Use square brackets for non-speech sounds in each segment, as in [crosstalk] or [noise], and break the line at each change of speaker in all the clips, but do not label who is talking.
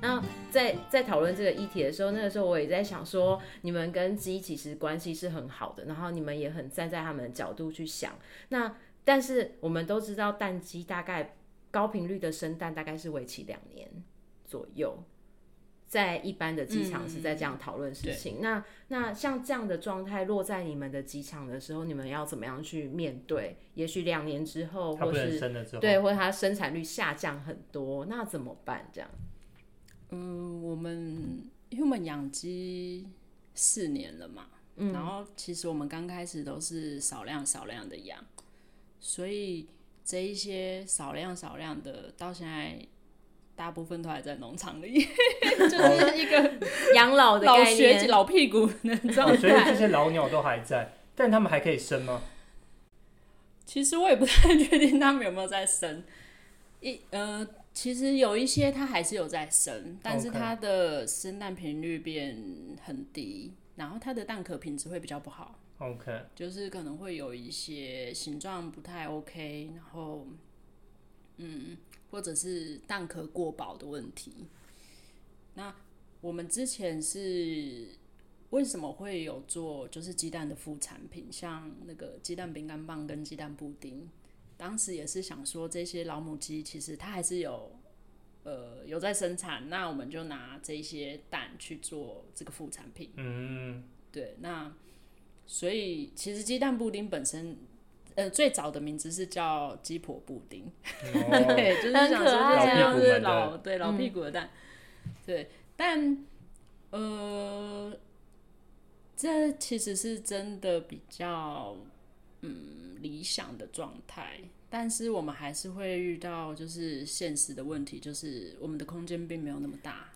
那在在讨论这个议题的时候，那个时候我也在想说，你们跟鸡其实关系是很好的，然后你们也很站在他们的角度去想。那但是我们都知道，蛋鸡大概高频率的生蛋大概是为期两年左右，在一般的机场是在
嗯
这样讨论事情。那那像这样的状态落在你们的机场的时候，你们要怎么样去面对？也许两年之后，
它
或
不能
是
生了之后，哦
对，或者它生产率下降很多，那怎么办？这样？
嗯，我们因为我们养鸡四年了嘛，然后其实我们刚开始都是少量少量的养，所以这一些少量少量的到现在大部分都还在农场里， [laughs] 就是一个
[laughs] 养老哦的
老
概
学姐
念。
老屁股的
哦
状
所以这
态。
些老鸟都还在，但他们还可以生吗？
其实我也不太 [laughs] 确定他们有没有在生，一呃，其实有一些它还是有在生，但是
OK
它的生蛋频率变很低，然后它的蛋壳品质会比较不好，
OK，
就是可能会有一些形状不太 OK，然后嗯，或者是蛋壳过薄的问题。那我们之前是为什么会有做就是鸡蛋的副产品，像那个鸡蛋饼干棒跟鸡蛋布丁？当时也是想说，这些老母鸡其实它还是有呃有在生产，那我们就拿这些蛋去做这个副产品。
嗯，
对，那所以其实鸡蛋布丁本身，呃，最早的名字是叫鸡婆布丁，
哦，
对，就是
很
想
可
说
爱哦嗯
这样
老屁股
是
们的
老对老屁股的蛋，对，但呃，这其实是真的比较嗯理想的状态。但是我们还是会遇到就是现实的问题，就是我们的空间并没有那么大。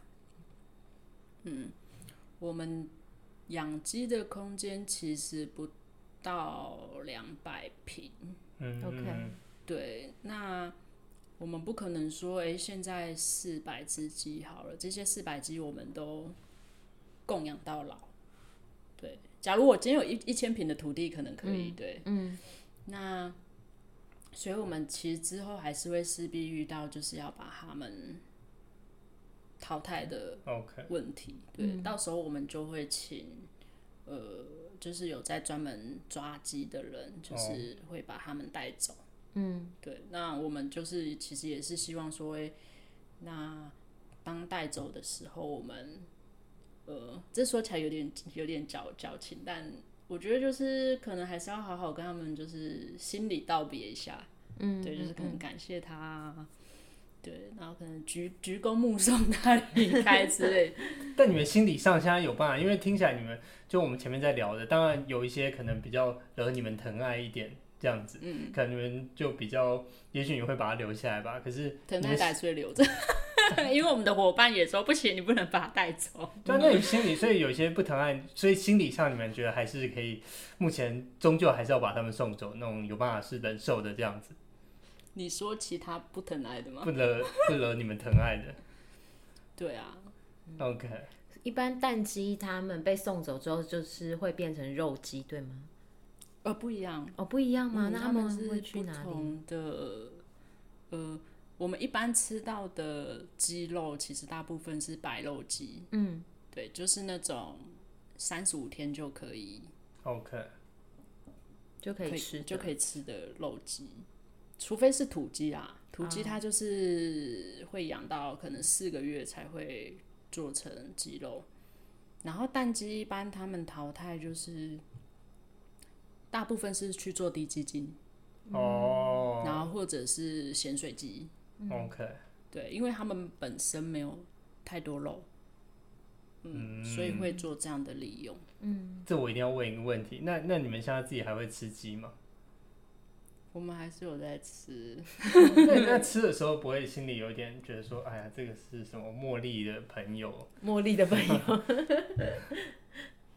嗯，我们养鸡的空间其实不到两百平，
[laughs]
嗯
OK
对，那我们不可能说，诶，现在四百只鸡好了，这些四百鸡我们都供养到老。对，假如我今天有一一千平的土地，可能可以。对，嗯，那所以我们其实之后还是会势必遇到，就是要把他们淘汰的
OK，
问题。对，到时候我们就会请呃，就是有在专门抓鸡的人，就是会把他们带走。哦嗯，对。那我们就是其实也是希望说，诶那当带走的时候，我们呃，这说起来有点有点矫矫情，但。我觉得就是可能还是要好好跟他们就是心里道别一下，嗯，对，就是可能感谢他啊、对，然后可能鞠鞠躬目送他离开之类。
但你们心理上现在有办法，因为听起来你们就我们前面在聊的，当然有一些可能比较惹你们疼爱一点这样子，嗯，可能你们就比较，也许你会把它留下来吧。可是
等
你
待
们
打碎 [laughs] 留着，因为我们的伙伴也说不行，你不能把它带走。
嗯
就啊那你心里，所以有些不疼爱，所以心理上你们觉得还是可以，目前终究还是要把他们送走，那种有办法是忍受的这样子，
你说其他不疼爱的吗？
不惹不惹你们疼爱的。
对啊，
嗯
OK，
一般蛋鸡它们被送走之后，就是会变成肉鸡，对吗？
呃，不一样。
哦，不一样吗？
嗯
那
他
们
是
会去
不
哪里？
同的，呃，我们一般吃到的鸡肉，其实大部分是白肉鸡。
嗯，
对，就是那种三十五天就可以
，OK，
就可以吃，
就可。以吃的肉鸡，除非是土鸡啊，土鸡它就是会养到可能四个月才会做成鸡肉，然后蛋鸡一般他们淘汰就是大部分是去做低鸡精，
哦、
然后或者是咸水鸡，
o k
对，因为他们本身没有太多肉，嗯，所以会做这样的利用。
这我一定要问一个问题，那那你们现在自己还会吃鸡吗？
我们还是有在吃，
[laughs] 那那吃的时候不会心里有点觉得说，哎呀，这个是什么茉莉的朋友？
茉莉的朋 [laughs] 友，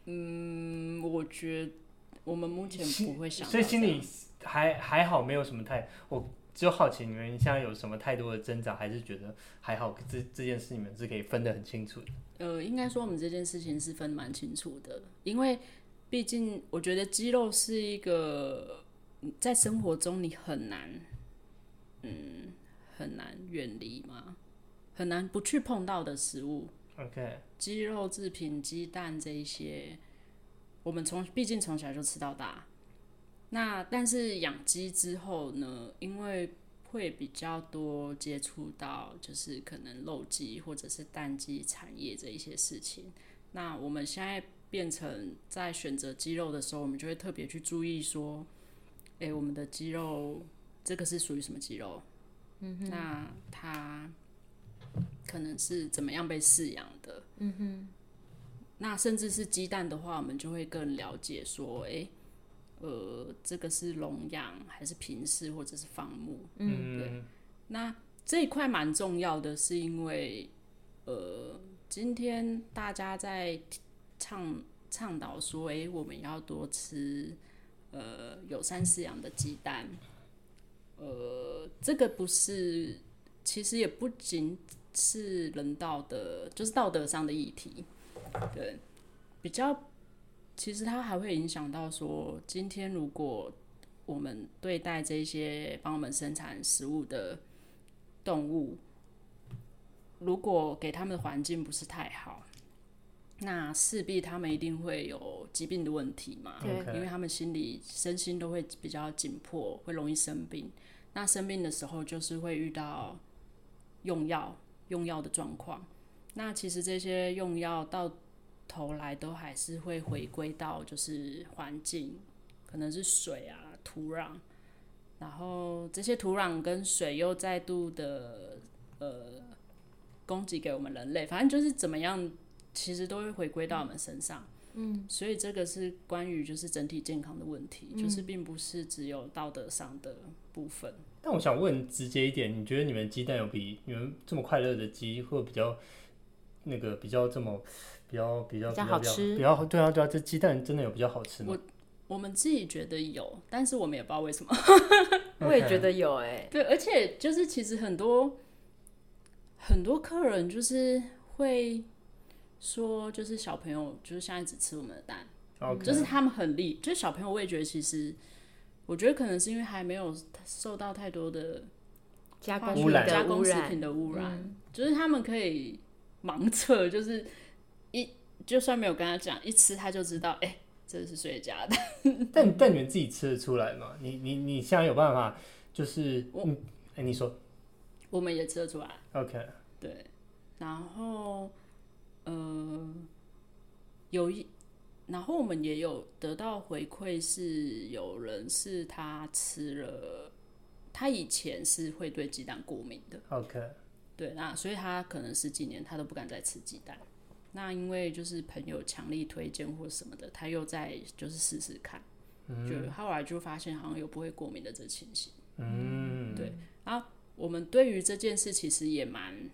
嗯，我觉得我们目前不会想到这
所以
样，
心里还还好，没有什么太，我就好奇你们现在有什么太多的挣扎，还是觉得还好，这这件事你们是可以分得很清楚的。
呃，应该说我们这件事情是分蛮清楚的，因为毕竟我觉得肌肉是一个嗯在生活中你很难嗯很难远离嘛，很难不去碰到的食物，
OK，
鸡肉制品、鸡蛋这一些，我们从毕竟从小就吃到大。那但是养鸡之后呢，因为会比较多接触到就是可能肉鸡或者是蛋鸡产业这一些事情。那我们现在变成在选择鸡肉的时候，我们就会特别去注意说，诶、我们的鸡肉这个是属于什么鸡肉？嗯哼，那它可能是怎么样被饲养的。嗯哼，那甚至是鸡蛋的话，我们就会更了解说，诶、呃，这个是笼养还是平饲或者是放牧？
嗯，
那这一块蛮重要的，是因为呃，今天大家在倡倡导说，诶、我们要多吃呃友善饲养的鸡蛋。呃，这个不是，其实也不仅是人道的，就是道德上的议题，对，比较，其实它还会影响到说，今天如果我们对待这些帮我们生产食物的动物，如果给他们的环境不是太好，那势必他们一定会有疾病的问题嘛，
对
OK
因为他们心理身心都会比较紧迫，会容易生病。那生病的时候，就是会遇到用药、用药的状况。那其实这些用药到头来都还是会回归到就是环境，可能是水啊、土壤，然后这些土壤跟水又再度的呃供给给我们人类，反正就是怎么样，其实都会回归到我们身上。嗯，所以这个是关于就是整体健康的问题，就是并不是只有道德上的部分。
但我想问直接一点，你觉得你们鸡蛋有比你们这么快乐的鸡，会比较那个比较这么比较比较
比较好
比较
吃
比较对啊对啊，这鸡蛋真的有比较好吃吗？
我们自己觉得有，但是我们也不知道为什么。
我也觉得有哎、 [laughs]
对，而且就是其实很多很多客人就是会说，就是小朋友就是现在只吃我们的蛋
OK，
就是他们很厉，就是小朋友味觉其实，我觉得可能是因为还没有受到太多的
加
化
工
学
品
加
的污
工食
染
品，嗯的污染，就是他们可以盲测，就是一就算没有跟他讲，一吃他就知道，哎、这是谁家的。
但但你们自己吃得出来吗？你你你现在有办法就是嗯，哎、你说
我们也吃得出来，
OK，
对，然后呃，有一，然后我们也有得到回馈，是有人是他吃了，他以前是会对鸡蛋过敏的，
OK，
对，那所以他可能十几年他都不敢再吃鸡蛋。那因为就是朋友强力推荐或什么的，他又在就是试试看，就后来就发现好像有不会过敏的这情形。
嗯，
对我们对于这件事其实也蛮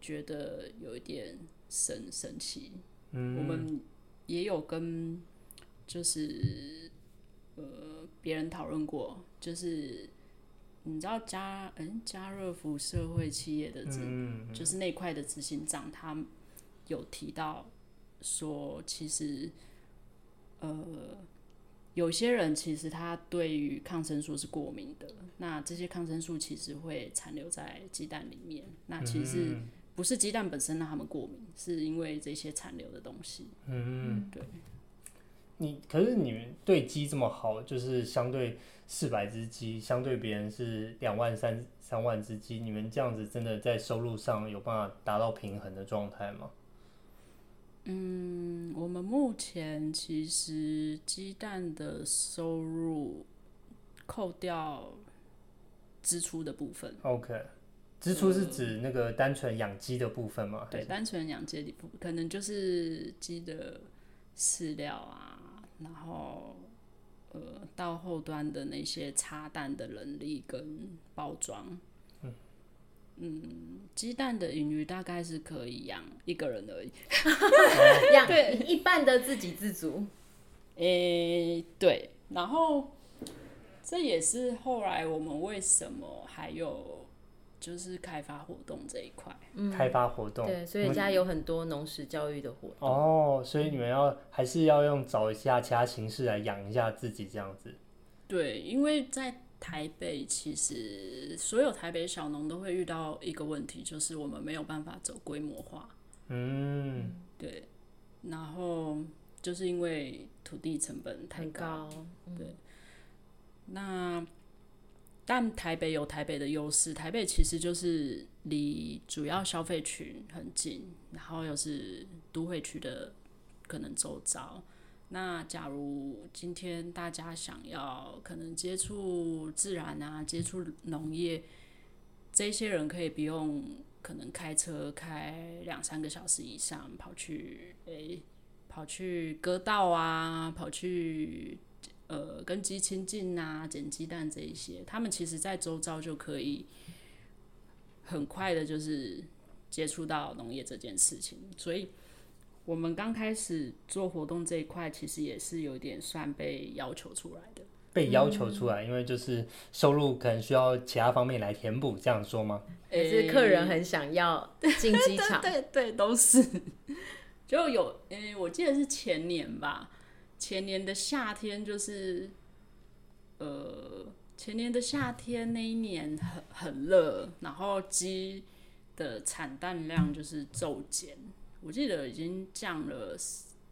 觉得有一点神神奇。嗯，我们也有跟就是呃别人讨论过，就是你知道家嗯家乐福社会企业的执、就是那块的执行长，他有提到说，其实呃。有些人其实他对于抗生素是过敏的，那这些抗生素其实会残留在鸡蛋里面，那其实不是鸡蛋本身让他们过敏，是因为这些残留的东西。嗯，对，
你可是你们对鸡这么好，就是相对四百只鸡，相对别人是两万三三万只鸡，你们这样子真的在收入上有办法达到平衡的状态吗？
嗯，我们目前其实鸡蛋的收入扣掉支出的部分，
OK，支出是指那个单纯养鸡的部分吗？还
对，
是，
单纯养鸡的部分可能就是鸡的饲料啊，然后呃到后端的那些插蛋的能力跟包装。嗯鸡蛋的盈余大概是可以养一个人而已。
[laughs] 养
对
一半的自给自足，
诶、对，然后这也是后来我们为什么还有就是开发活动这一块。
开发活动。
嗯对，所以家有很多农食教育的活 [laughs] 动。
哦，所以你们要还是要用找一下其他形式来养一下自己这样子。
对，因为在台北其实所有台北小农都会遇到一个问题，就是我们没有办法走规模化。
嗯，
对，然后就是因为土地成本太
很
高，
高，
那但台北有台北的优势，台北其实就是离主要消费群很近，然后又是都会区的可能周遭。那假如今天大家想要可能接触自然啊，接触农业，这些人可以不用可能开车开两三个小时以上跑去诶、跑去割稻啊，跑去呃跟鸡亲近啊、捡鸡蛋这一些，他们其实在周遭就可以很快的，就是接触到农业这件事情。所以，我们刚开始做活动这一块，其实也是有点算被要求出来的。
被要求出来，因为就是收入可能需要其他方面来填补，这样说吗？
也是客人很想要进机 [laughs] 场，
对对，都是。 [laughs] 就有，诶、我记得是前年吧，前年的夏天就是，呃，前年的夏天那一年很很热，然后鸡的产蛋量就是骤减，我记得已经降了，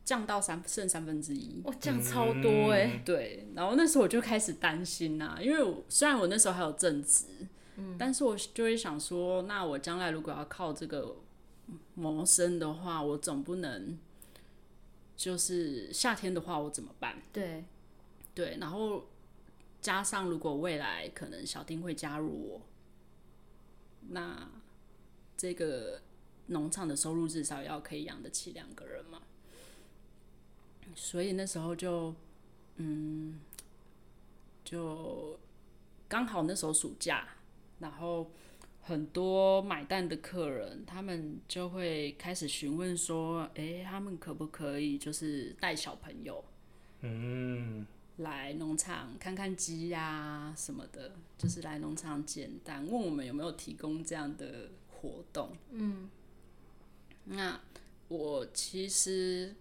降到三剩三分之一。
哇，降超多哎、
对，然后那时候我就开始担心啦、因为我虽然我那时候还有正职，嗯，但是我就会想说，那我将来如果要靠这个谋生的话，我总不能就是夏天的话我怎么办？
[laughs] 对，
对，然后加上如果未来可能小丁会加入我，那这个农场的收入至少要可以养得起两个人嘛。所以那时候就，嗯，就刚好那时候暑假，然后很多买蛋的客人，他们就会开始询问说，诶、他们可不可以就是带小朋友？
嗯，
来农场看看鸡呀、什么的，就是来农场捡蛋，问我们有没有提供这样的活动。嗯，那我其实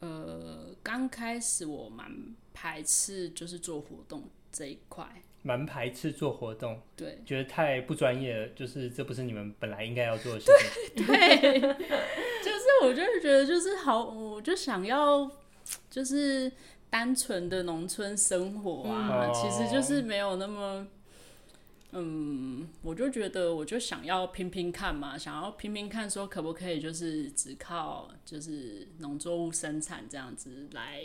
呃刚开始我蛮排斥就是做活动这一块，
蛮排斥做活动，
对，
觉得太不专业了，就是这不是你们本来应该要做的事情。
对， [laughs] 就是我就是觉得就是好，我就想要就是单纯的农村生活啊，
嗯
其实就是没有那么。嗯，我就觉得，我就想要拼拼看嘛，想要拼拼看，说可不可以就是只靠就是农作物生产这样子来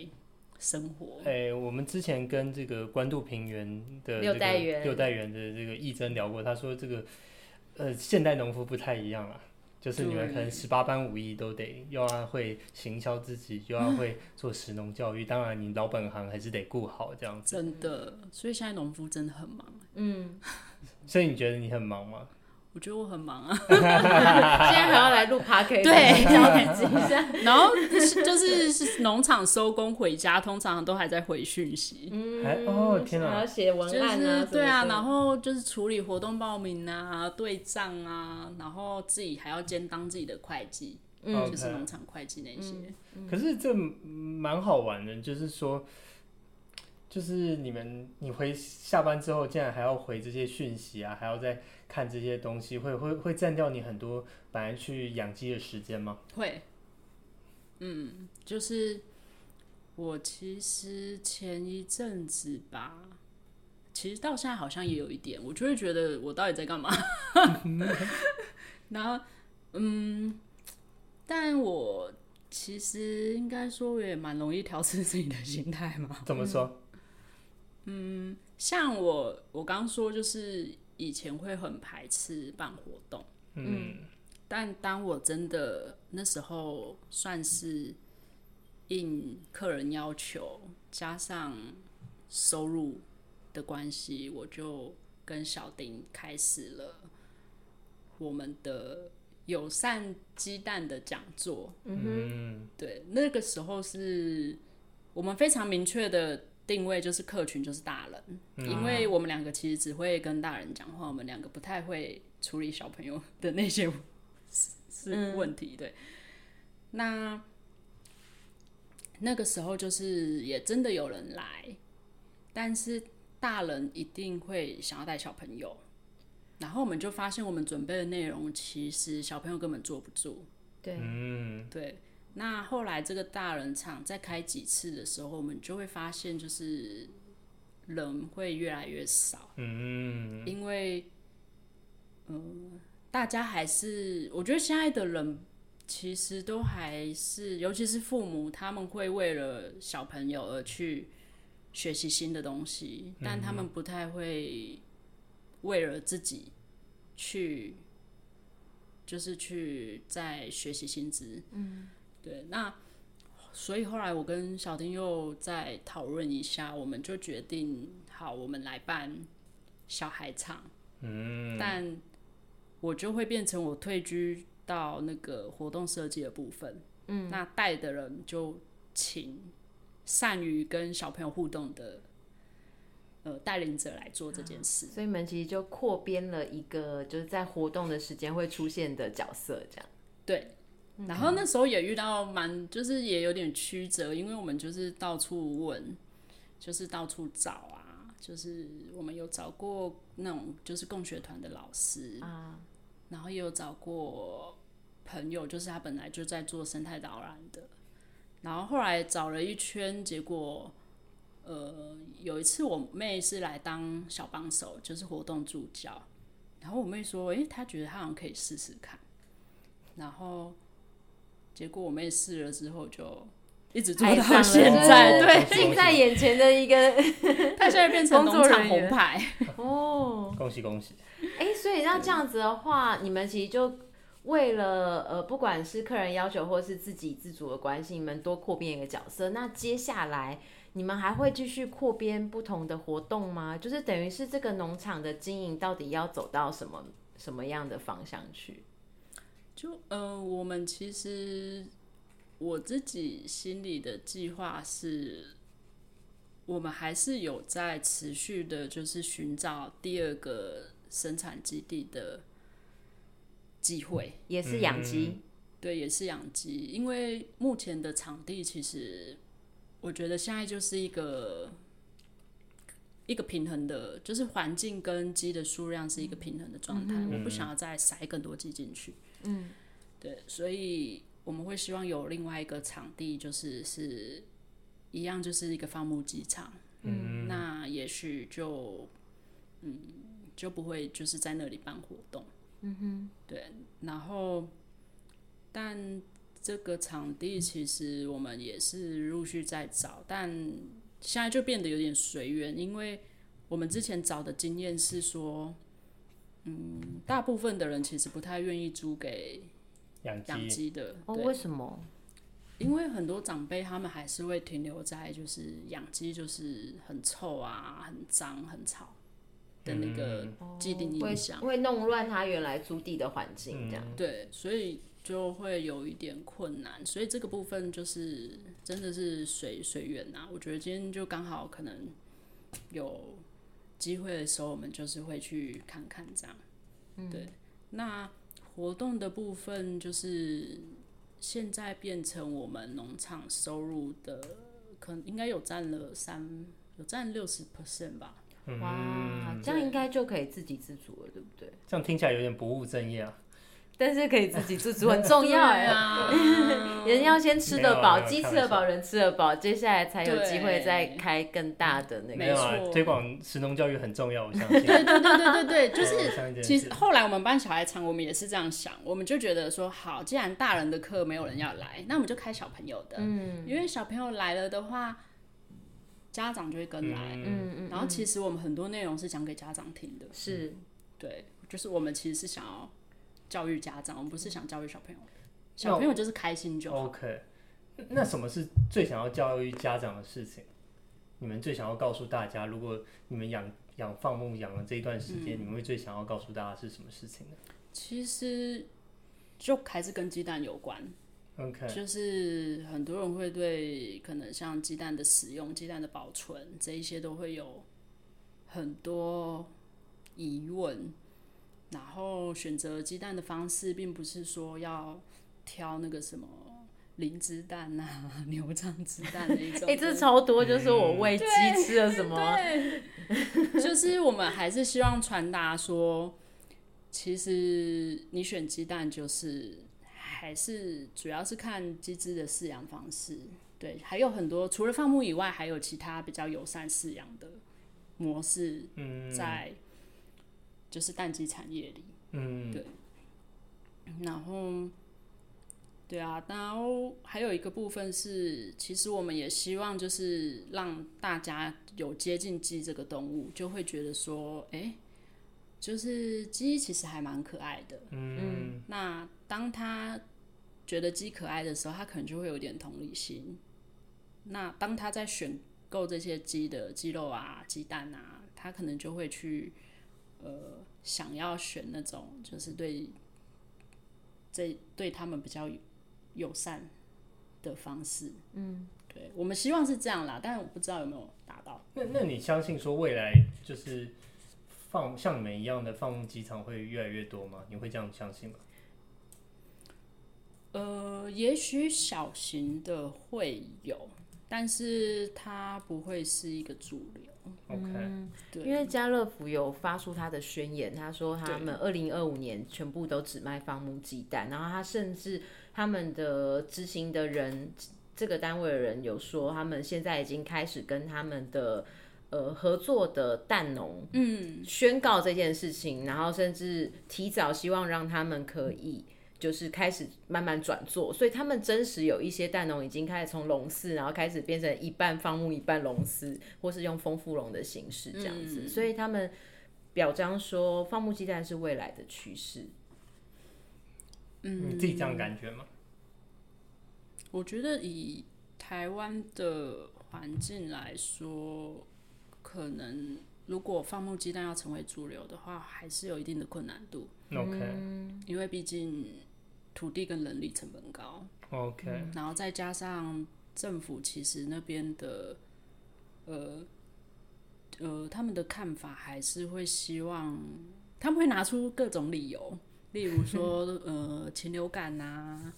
生活。
哎、我们之前跟这个关渡平原的、这个、
六代园
六代园的这个义珍聊过，他说这个呃现代农夫不太一样啦。啊就是你们可能
对
十八般武艺都得，又要会行销自己，又要会做食农教育，当然你老本行还是得顾好这样子。
真的，所以现在农夫真的很忙，
嗯，
所以你觉得你很忙吗？
我觉得我很忙啊。
现在还要来 [laughs] 录 p o d c a
[laughs] 对
教自己一下，
哎然后就是就是农场收工回家，通常都还在回讯息，
还哦天
还嗯
哪
要！写文
就
案啊，
是对
啊
啊，，然后就是处理活动报名啊、对账啊，然后自己还要兼当自己的会计，
嗯
OK
就是农场会计那些。嗯
可是这蛮好玩的，就是说，就是你们你回下班之后，竟然还要回这些讯息啊，还要再看这些东西，会会会占掉你很多本来去养鸡的时间吗？
会，嗯，就是我其实前一阵子吧，其实到现在好像也有一点，我就会觉得我到底在干嘛。 [laughs] 然后，嗯，但我其实应该说，我也蛮容易调试自己的心态嘛。
怎么说？
像我，我刚说就是以前会很排斥办活动。
嗯，
但当我真的那时候算是应客人要求，加上收入的关系，我就跟小丁开始了我们的友善鸡蛋的讲座。
嗯
对，那个时候是我们非常明确的定位，就是客群就是大人，因为我们两个其实只会跟大人讲话，我们两个不太会处理小朋友的那些是是问题。对，那那个时候就是也真的有人来，但是大人一定会想要带小朋友，然后我们就发现我们准备的内容其实小朋友根本坐不住。
对，
嗯，
对，那后来这个大人场再开几次的时候，我们就会发现，就是人会越来越少，
嗯，
因为，嗯、大家还是我觉得现在的人其实都还是，尤其是父母，他们会为了小朋友而去学习新的东西，但他们不太会为了自己去就是去在学习薪资。嗯，对。那所以后来我跟小丁又再讨论一下，我们就决定，好，我们来办小孩场。嗯，但我就会变成我退居到那个活动设计的部分。嗯，那带的人就请善于跟小朋友互动的。呃，带领者来做这件事，
所以你们其实就扩编了一个就是在活动的时间会出现的角色，这样。
对，然后那时候也遇到蛮，就是也有点曲折，因为我们就是到处问，就是到处找啊，就是我们有找过那种就是共学团的老师啊，然后也有找过朋友，就是他本来就在做生态导览的，然后后来找了一圈，结果。呃，有一次我妹是来当小帮手，就是活动助教。然后我妹说：“诶、她觉得她好像可以试试看。”然后结果我妹试了之后，就一直做
爱上
到
了
现在。
对
对，
近在眼前的一个 [laughs]
她现在变
工
成农
作
场
人员
红牌。
哦，
嗯恭喜恭喜，
哎、所以那这样子的话，你们其实就为了呃，不管是客人要求或是自己自主的关系，你们多扩编一个角色。那接下来你们还会继续扩编不同的活动吗？就是等于是这个农场的经营到底要走到什么什么样的方向去？
就呃，我们其实我自己心里的计划是，我们还是有在持续的，就是寻找第二个生产基地的机会。
也是养鸡，
对，也是养鸡，因为目前的场地其实，我觉得现在就是一个一个平衡的，就是环境跟鸡的数量是一个平衡的状态。我不想要再塞更多鸡进去。嗯，对，所以我们会希望有另外一个场地，就是是一样，就是一个放牧鸡场。嗯，那也许就嗯就不会就是在那里办活动。嗯哼，对，然后。但这个场地其实我们也是陆续在找，但现在就变得有点随缘，因为我们之前找的经验是说，嗯，大部分的人其实不太愿意租给
养
养
鸡，
鸡的，
哦，
对
为什么？
因为很多长辈他们还是会停留在就是养鸡就是很臭啊、很脏、很吵的那个
嗯
既定
会
印象，
会弄乱它原来租地的环境，这样。
对，所以就会有一点困难，所以这个部分就是真的是随随缘呐。啊我觉得今天就刚好可能有机会的时候，我们就是会去看看这样。对，那活动的部分就是现在变成我们农场收入的，可能应该有占了三，有占六十 percent 吧。
嗯
嗯
哇，这样应该就可以自给自足了，对不对？
这样听起来有点不务正业啊。
[laughs] 但是可以自给自足很重要哎、
对啊， [laughs]
人要先吃得
没
饱，
有没有
鸡吃得
开玩笑
饱，人吃得饱，接下来才有
对
机会再开更大的那
没
没
个。
有
错
啊，推广食农教育很重要，
[laughs]
我相信。
对对对对对对，就
我
是
相信这件
其
事
实后来我们办小孩场，我们也是这样想，我们就觉得说，好，既然大人的课没有人要来，那我们就开小朋友的，嗯，因为小朋友来了的话，家长就会跟来，
嗯嗯，
然后其实我们很多内容是讲给家长听的，
是
对，就是我们其实是想要教育家长，我们不是想教育小朋友，
那
小
我
朋友就是开心就好。
OK，那什么是最想要教育家长的事情？你们最想要告诉大家，如果你们养养放牧养的这一段时
嗯
间，你们会最想要告诉大家是什么事情呢
其实就还是跟鸡蛋有关，
？OK，
就是很多人会对可能像鸡蛋的使用、鸡蛋的保存这一些都会有很多疑问，然后选择鸡蛋的方式，并不是说要挑那个什么灵芝蛋啊、 [laughs] 牛樟芝蛋那一种的。
哎、这超多，就是我喂鸡吃了什么，
就是我们还是希望传达说，其实你选鸡蛋就是还是主要是看鸡只的饲养方式，对，还有很多除了放牧以外，还有其他比较友善饲养的模式
嗯
在，就是蛋鸡产业里。
嗯
然后，对啊，然后还有一个部分是，其实我们也希望就是让大家有接近鸡这个动物，就会觉得说，哎，就是鸡其实还蛮可爱的。
嗯
那当他觉得鸡可爱的时候，他可能就会有点同理心。那当他在选购这些鸡的鸡肉啊、鸡蛋啊，他可能就会去呃想要选那种就是对这对他们比较友善的方式。嗯，对，我们希望是这样啦，但是我不知道有没有达到。
那那你相信说未来就是放像你们一样的放牧机场会越来越多吗？你会这样相信吗？
呃，也许小型的会有，但是它不会是一个主流。
OK，
对，
因为家乐福有发出他的宣言，他说他们二零二五年全部都只卖放牧鸡蛋，然后他甚至他们的执行的人，这个单位的人有说，他们现在已经开始跟他们的呃合作的蛋农，嗯，宣告这件事情，然后甚至提早希望让他们可以。就是开始慢慢转做，所以他们真实有一些蛋农已经开始从笼饲，然后开始变成一半放牧一半笼饲，或是用丰富笼的形式这样子。所以他们表彰说，放牧鸡蛋是未来的趋势。
嗯
你自己这样感觉吗？
我觉得以台湾的环境来说，可能如果放牧鸡蛋要成为主流的话，还是有一定的困难度，
OK
嗯因为毕竟土地跟人力成本高，
OK，
然后再加上政府其实那边的，呃呃，他们的看法还是会希望，他们会拿出各种理由，例如说呃禽流感啊，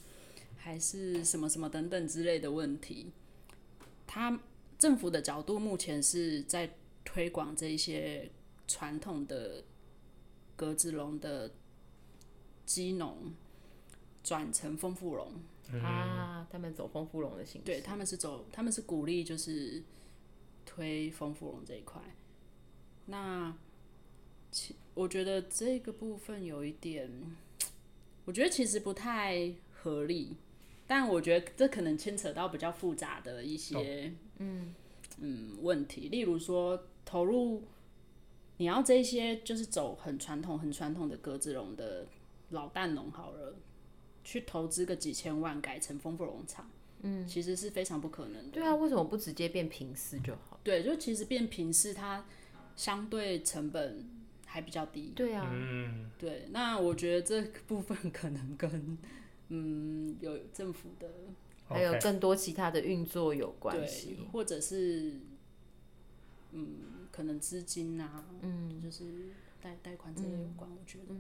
还是什么什么等等之类的问题。他政府的角度目前是在推广这一些传统的格子笼的鸡农转成丰富笼。
嗯
啊，他们走丰富笼的形式。
对，他们是走，他们是鼓励就是推丰富龙这一块。那其我觉得这个部分有一点，我觉得其实不太合理，但我觉得这可能牵扯到比较复杂的一些、嗯嗯问题，例如说投入。你要这些就是走很传统、很传统的格子笼的老蛋笼好了，去投资个几千万改成丰富农场，嗯，其实是非常不可能的。
对啊，为什么不直接变平饲就好？
对，就其实变平是它相对成本还比较低。
对啊，
嗯，
对，那我觉得这个部分可能跟嗯有政府的
还有
OK
更多其他的运作有关
对
系。，
或者是嗯可能资金啊，嗯，就是贷贷款这类有关，我觉得。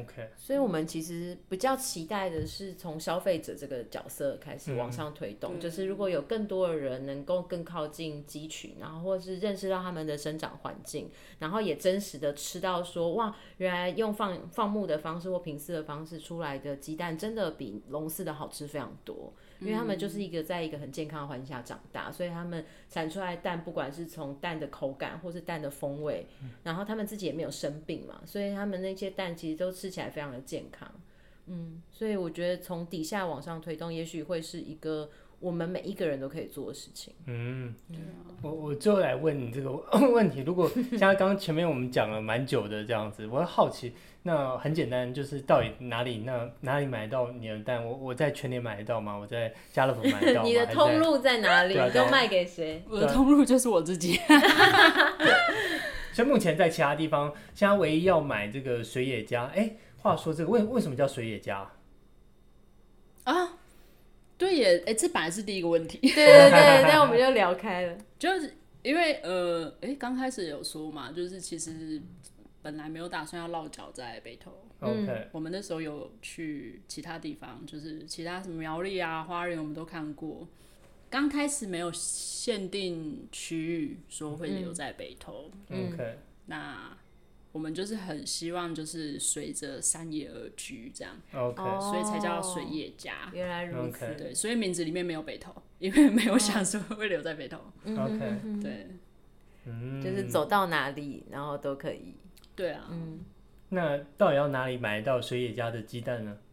OK，
所以我们其实比较期待的是从消费者这个角色开始往上推动，
嗯
就是如果有更多的人能够更靠近鸡群，然后或是认识到他们的生长环境，然后也真实的吃到说，哇，原来用放放牧的方式或平饲的方式出来的鸡蛋，真的比笼饲的好吃非常多。因为他们就是一个在一个很健康的环境下长大，所以他们产出来的蛋，不管是从蛋的口感或是蛋的风味，然后他们自己也没有生病嘛，所以他们那些蛋其实都吃起来非常的健康。嗯，所以我觉得从底下往上推动，也许会是一个我们每一个人都可以做的事情。
嗯，我我最后来问你这个 [laughs] 问题，如果像刚刚前面我们讲了蛮久的这样子，我会好奇，那很简单，就是到底哪里那哪里买得到你的蛋？我我在全联买得到吗？我在家乐福买得到
[laughs]
吗？
你的
还是
通路在哪里？
对啊
你都卖给谁？
我的通路就是我自己，
在，所以目前在其他地方，现在唯一要买这个水野家，哎、话说这个为为什么叫水野家？
对耶，哎、这本来是第一个问题， [laughs]
对 [laughs] 对对，那我们就聊开了。
就是因为呃，诶，刚开始有说嘛，就是其实本来没有打算要落脚在北投，
嗯
OK，
我们那时候有去其他地方，就是其他什么苗栗啊、花莲，我们都看过。刚开始没有限定区域，说会留在北投，
嗯
OK，
那我们就是很希望就是随着山野而居这样，
哦
OK，
所以才叫水野家。
原来如此
OK
对，所以名字里面没有北投， [laughs] 因为没有想说会留在北投。
嗯
OK，
对，
嗯，
就是走到哪里，然后都可以。
对啊，
那到底要哪里买到水野家的鸡蛋呢？ [laughs]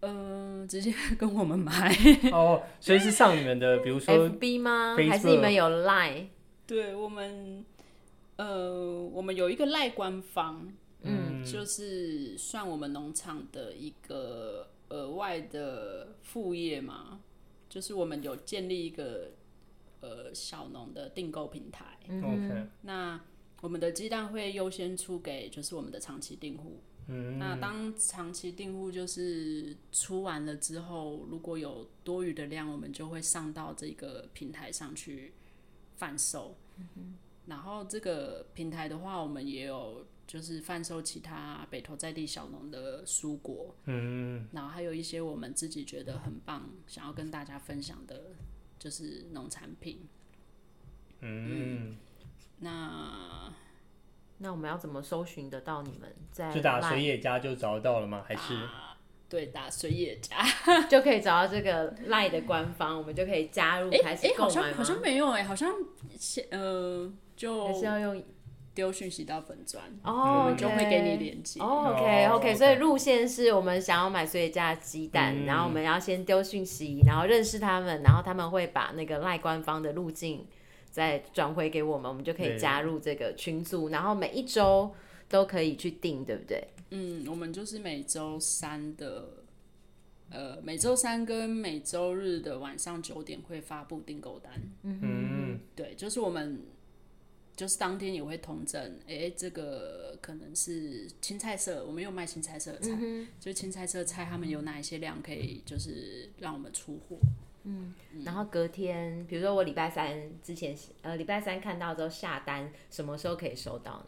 嗯、直接跟我们买。
哦，所以是上你们的，比如说
FB 吗？
Facebook
还是你们有 Line？
[laughs] 对我们，呃，我们有一个赖官方，嗯，就是算我们农场的一个额外的副业嘛，就是我们有建立一个呃小农的订购平台，
嗯
OK，
那我们的鸡蛋会优先出给就是我们的长期订户。
嗯，
那当长期订户就是出完了之后，如果有多余的量，我们就会上到这个平台上去贩售。
嗯
然后这个平台的话，我们也有就是贩售其他北投在地小农的蔬果，
嗯，
然后还有一些我们自己觉得很棒，想要跟大家分享的，就是农产品。
嗯，
那
那我们要怎么搜寻得到你们？在
就打
Line 啊嗯
水野家就找到了吗？还是
啊对打水野家。
[laughs] 就可以找到这个 Line 的官方，我们就可以加入
哎
开
哎、
始购
好
买
像
吗？
好像没有哎、好像先呃
还是
就
要用
丢讯息到粉砖，
哦，
我们
OK
就会给你。链接。
哦 OK
哦
OK，
，OK
所以路线是我们想要买所以家的鸡蛋，
嗯
然后我们要先丢讯息，然后认识他们，然后他们会把那个赖官方的路径再转回给我们，我们就可以
对
加入这个群组，然后每一周都可以去订，对不对？
嗯，我们就是每周三的，呃，每周三跟每周日的晚上九点会发布订购单。
嗯
对，就是我们就是当天也会通证，哎、这个可能是青菜色，我们有卖青菜色的
嗯
菜，就青菜色菜他们有哪一些量可以就是让我们出货。
嗯
然后隔天，比如说我礼拜三之前，呃，礼拜三看到之后下单，什么时候可以收到呢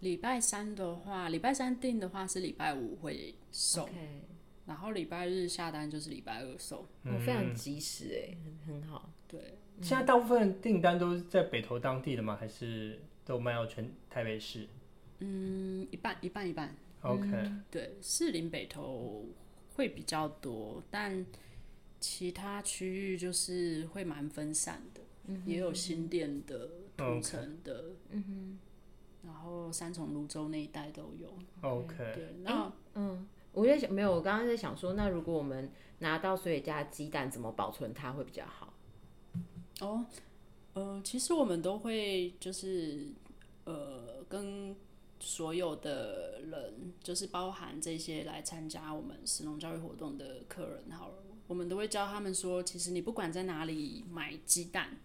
礼拜三的话，礼拜三订的话是礼拜五会送
？OK，
然后礼拜日下单就是礼拜二送。
嗯
我、哦、非常及时哎、很很好。
对，
现在大部分订单都是在北投当地的吗？还是都卖到全台北市
嗯，一半一半一半。
？OK，
嗯
对，士林北投会比较多，但其他区域就是会蛮分散的，也有新店的、土
OK
城的，嗯哼，然后三重、泸州那一带都有。
OK，
对，那
我在想，没有，我刚刚在想说，那如果我们拿到水野家的鸡蛋，怎么保存它会比较好？
哦，呃，其实我们都会就是呃跟所有的人，就是包含这些来参加我们神农教育活动的客人，好了，我们都会教他们说，其实你不管在哪里买鸡蛋，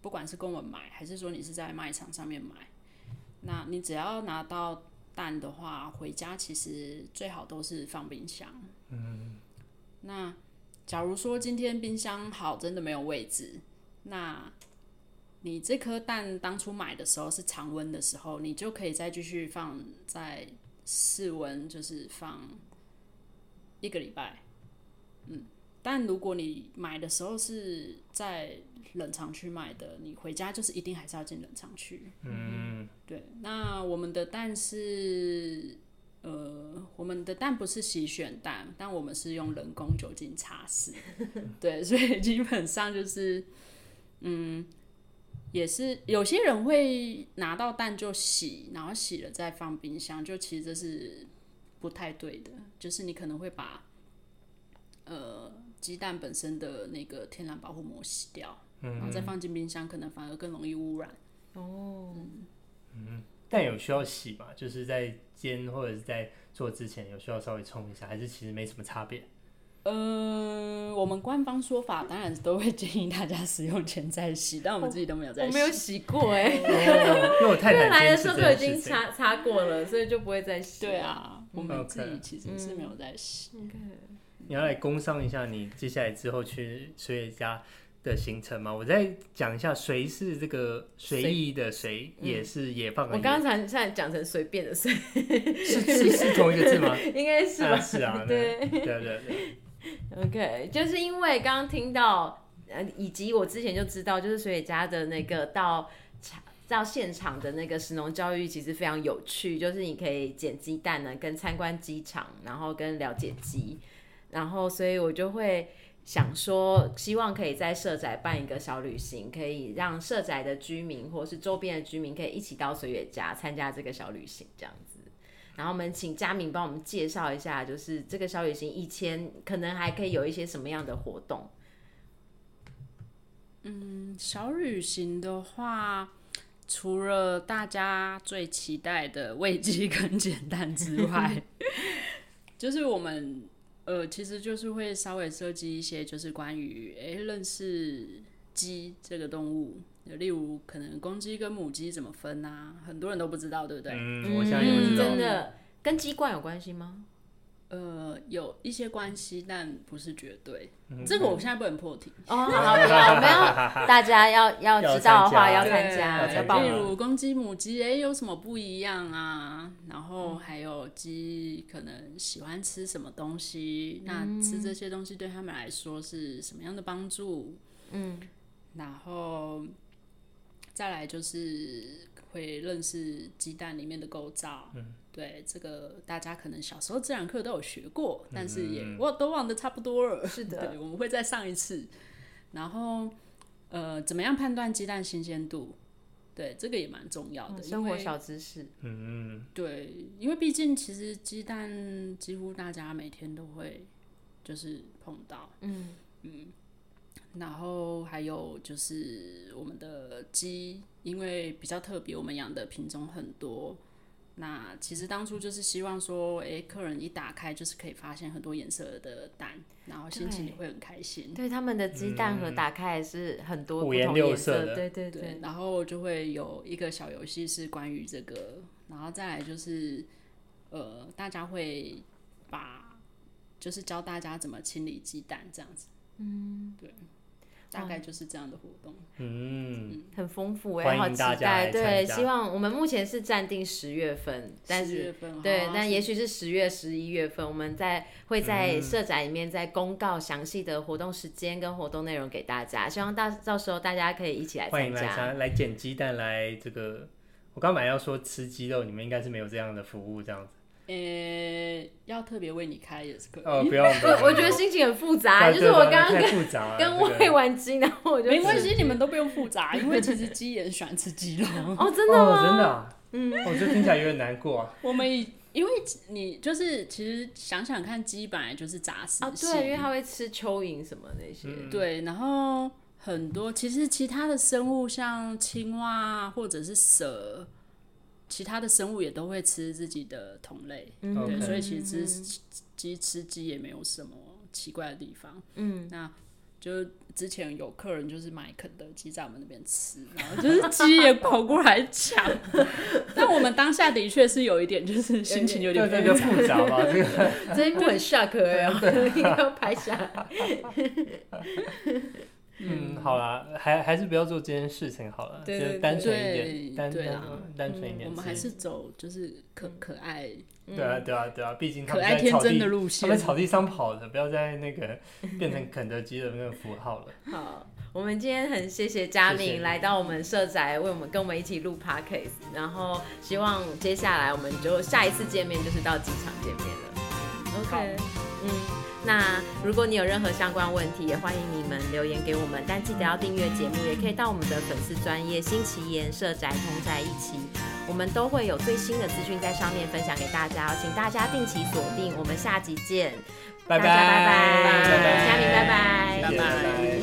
不管是跟我们买，还是说你是在卖场上面买，那你只要拿到蛋的话，回家其实最好都是放冰箱。嗯，那假如说今天冰箱好真的没有位置，那你这颗蛋当初买的时候是常温的时候，你就可以再继续放在室温，就是放一个礼拜。嗯，但如果你买的时候是在冷藏区买的，你回家就是一定还是要进冷藏区。
嗯
对，那我们的蛋是，呃，我们的蛋不是洗选蛋，但我们是用人工酒精擦拭。对，所以基本上就是，嗯，也是有些人会拿到蛋就洗，然后洗了再放冰箱，就其实这是不太对的，就是你可能会把，呃，鸡蛋本身的那个天然保护膜洗掉，然后再放进冰箱，可能反而更容易污染。
哦
但有需要洗嘛？就是在煎或者是在做之前有需要稍微冲一下，还是其实没什么
[laughs]
差别？
呃，我们官方说法当然都会建议大家使用前再洗，哦但我们自己都没有在洗。
洗过哎、
哦，因为我太
因为
太
来的
坚
时
持
候
这
就已
件
经
事情。
擦擦过了，所以就不会再洗。
对，啊，我们自己
OK
其实是没有在洗。
你要来工商一下你接下来之后去水野家的行程嘛，我再讲一下谁是这个随
随
意的随，也是野放
嗯
的
我
野，
刚才现在讲成随便的随，
是是是同一个字吗？
应该是吧？
啊是
[laughs]
啊，
对
对对对，
OK，就是因为刚刚听到，呃，以及我之前就知道，就是水野家的那个到场到现场的那个食农教育其实非常有趣，就是你可以捡鸡蛋呢，跟参观鸡场，然后跟了解鸡，然后所以我就会。想说，希望可以在社宅办一个小旅行，可以让社宅的居民或是周边的居民可以一起到水野家参加这个小旅行，这样子。然后我们请佳明帮我们介绍一下，就是这个小旅行以前可能还可以有一些什么样的活动？
小旅行的话，除了大家最期待的喂鸡跟简单之外， [laughs] 就是我们呃，其实就是会稍微设计一些，就是关于诶、认识鸡这个动物，例如可能公鸡跟母鸡怎么分啊，很多人都不知道，对不对？
嗯，我现在也不知道
真，的跟鸡冠有关系吗？
呃，有一些关系，但不是绝对。这个我现在不能破题。
哦，好好，不要我们要大家要要知道的话要
要
参加，
对
要
帮
报
例
忙
如公鸡、母鸡，哎、有什么不一样啊？
嗯
然后还有鸡可能喜欢吃什么东
嗯
西，那吃这些东西对他们来说是什么样的帮助？嗯，然后再来就是会认识鸡蛋里面的构造。嗯，对，这个大家可能小时候自然课都有学过，
嗯
但是也我都忘得差不多了。
是的
对，我们会再上一次。然后，呃，怎么样判断鸡蛋新鲜度？对，这个也蛮重要的，
嗯生
因
活
为
小知识。
嗯，
对，因为毕竟其实鸡蛋几乎大家每天都会就是碰到，嗯嗯，然后还有就是我们的鸡，因为比较特别，我们养的品种很多。那其实当初就是希望说，诶，客人一打开就是可以发现很多颜色的蛋，然后心情也
对
会很开心。
对，他们的鸡蛋盒打开也是很多不
五颜
同
六
颜
色的
对对
对
对，，
然后就会有一个小游戏是关于这个，然后再来就是呃，大家会把就是教大家怎么清理鸡蛋这样子，嗯，对，大
哦
概就是这样的活动。
很丰富哎，
欢迎
好期
大家
待。
来
对，
参加
希望我们目前是暂定十月份，但
10
是
月
哦
份
对
好，啊
那也许是十月、十一月份，我们在会
嗯
在社宅里面再公告详细的活动时间跟活动内容给大家，希望大到时候大家可以一起来
欢
参
迎来
加。
参来捡鸡蛋来这个。我刚本来要说吃鸡肉，你们应该是没有这样的服务这样子。
呃，要特别为你开也是可以，
哦，不用，不
我
用
我觉得心情很复杂，
啊
就是
对
我
吧
刚刚
太
跟
复杂了，
跟
这个
喂完鸡，然后我就
没关系，你们都不用复杂，因为其实鸡也很喜欢
[laughs]
吃鸡肉。
哦，真的
哦，
吗？
真的、啊，嗯，我、这听起来有点难过啊。
我们以因为你就是其实想想看，鸡本来就是杂食
哦，
性，
对，因为它会吃蚯蚓什么那些，
嗯
对，然后很多其实其他的生物，像青蛙啊或者是蛇，其他的生物也都会吃自己的同类，
嗯
对
对，
OK
所以其实吃鸡吃鸡也没有什么奇怪的地方。嗯，那。就之前有客人就是买肯德基在我们那边吃，然后就是鸡也跑过来抢， [laughs] 但我们当下的确是有一点就是心情有
对
点
对
复
[laughs] 对，
杂
复杂吧，这个
这一幕很 shock 哎、
[laughs]
欸， [laughs] 应该要拍下来。
嗯，好啦，还还是不要做这件事情好了，
对对
就单纯一
对
点，单
对
单
啊
单纯一点。
我们还是走就是可
嗯
可爱
对啊对啊对啊，毕竟他
可
们
爱
在
天
草
真的
地，
路
他
线
们在。草地上跑的，不要在那
[laughs]
个变成肯德基的那个符号了。
好，我们今天很谢谢佳
谢谢你
敏来到我们社宅，为我们跟我们一起录 podcast，然后希望接下来我们就下一次见面就是到机场见面了。
好
OK，嗯，那如果你有任何相关问题，也欢迎你们留言给我们，但记得要订阅节目，也可以到我们的粉丝专业新奇言社宅同宅一起。我们都会有最新的资讯在上面分享给大家，哦请大家定期锁定。我们下集见，
拜
大
拜
家拜
拜
拜，
拜，
佳敏拜拜
谢谢
拜拜
拜拜。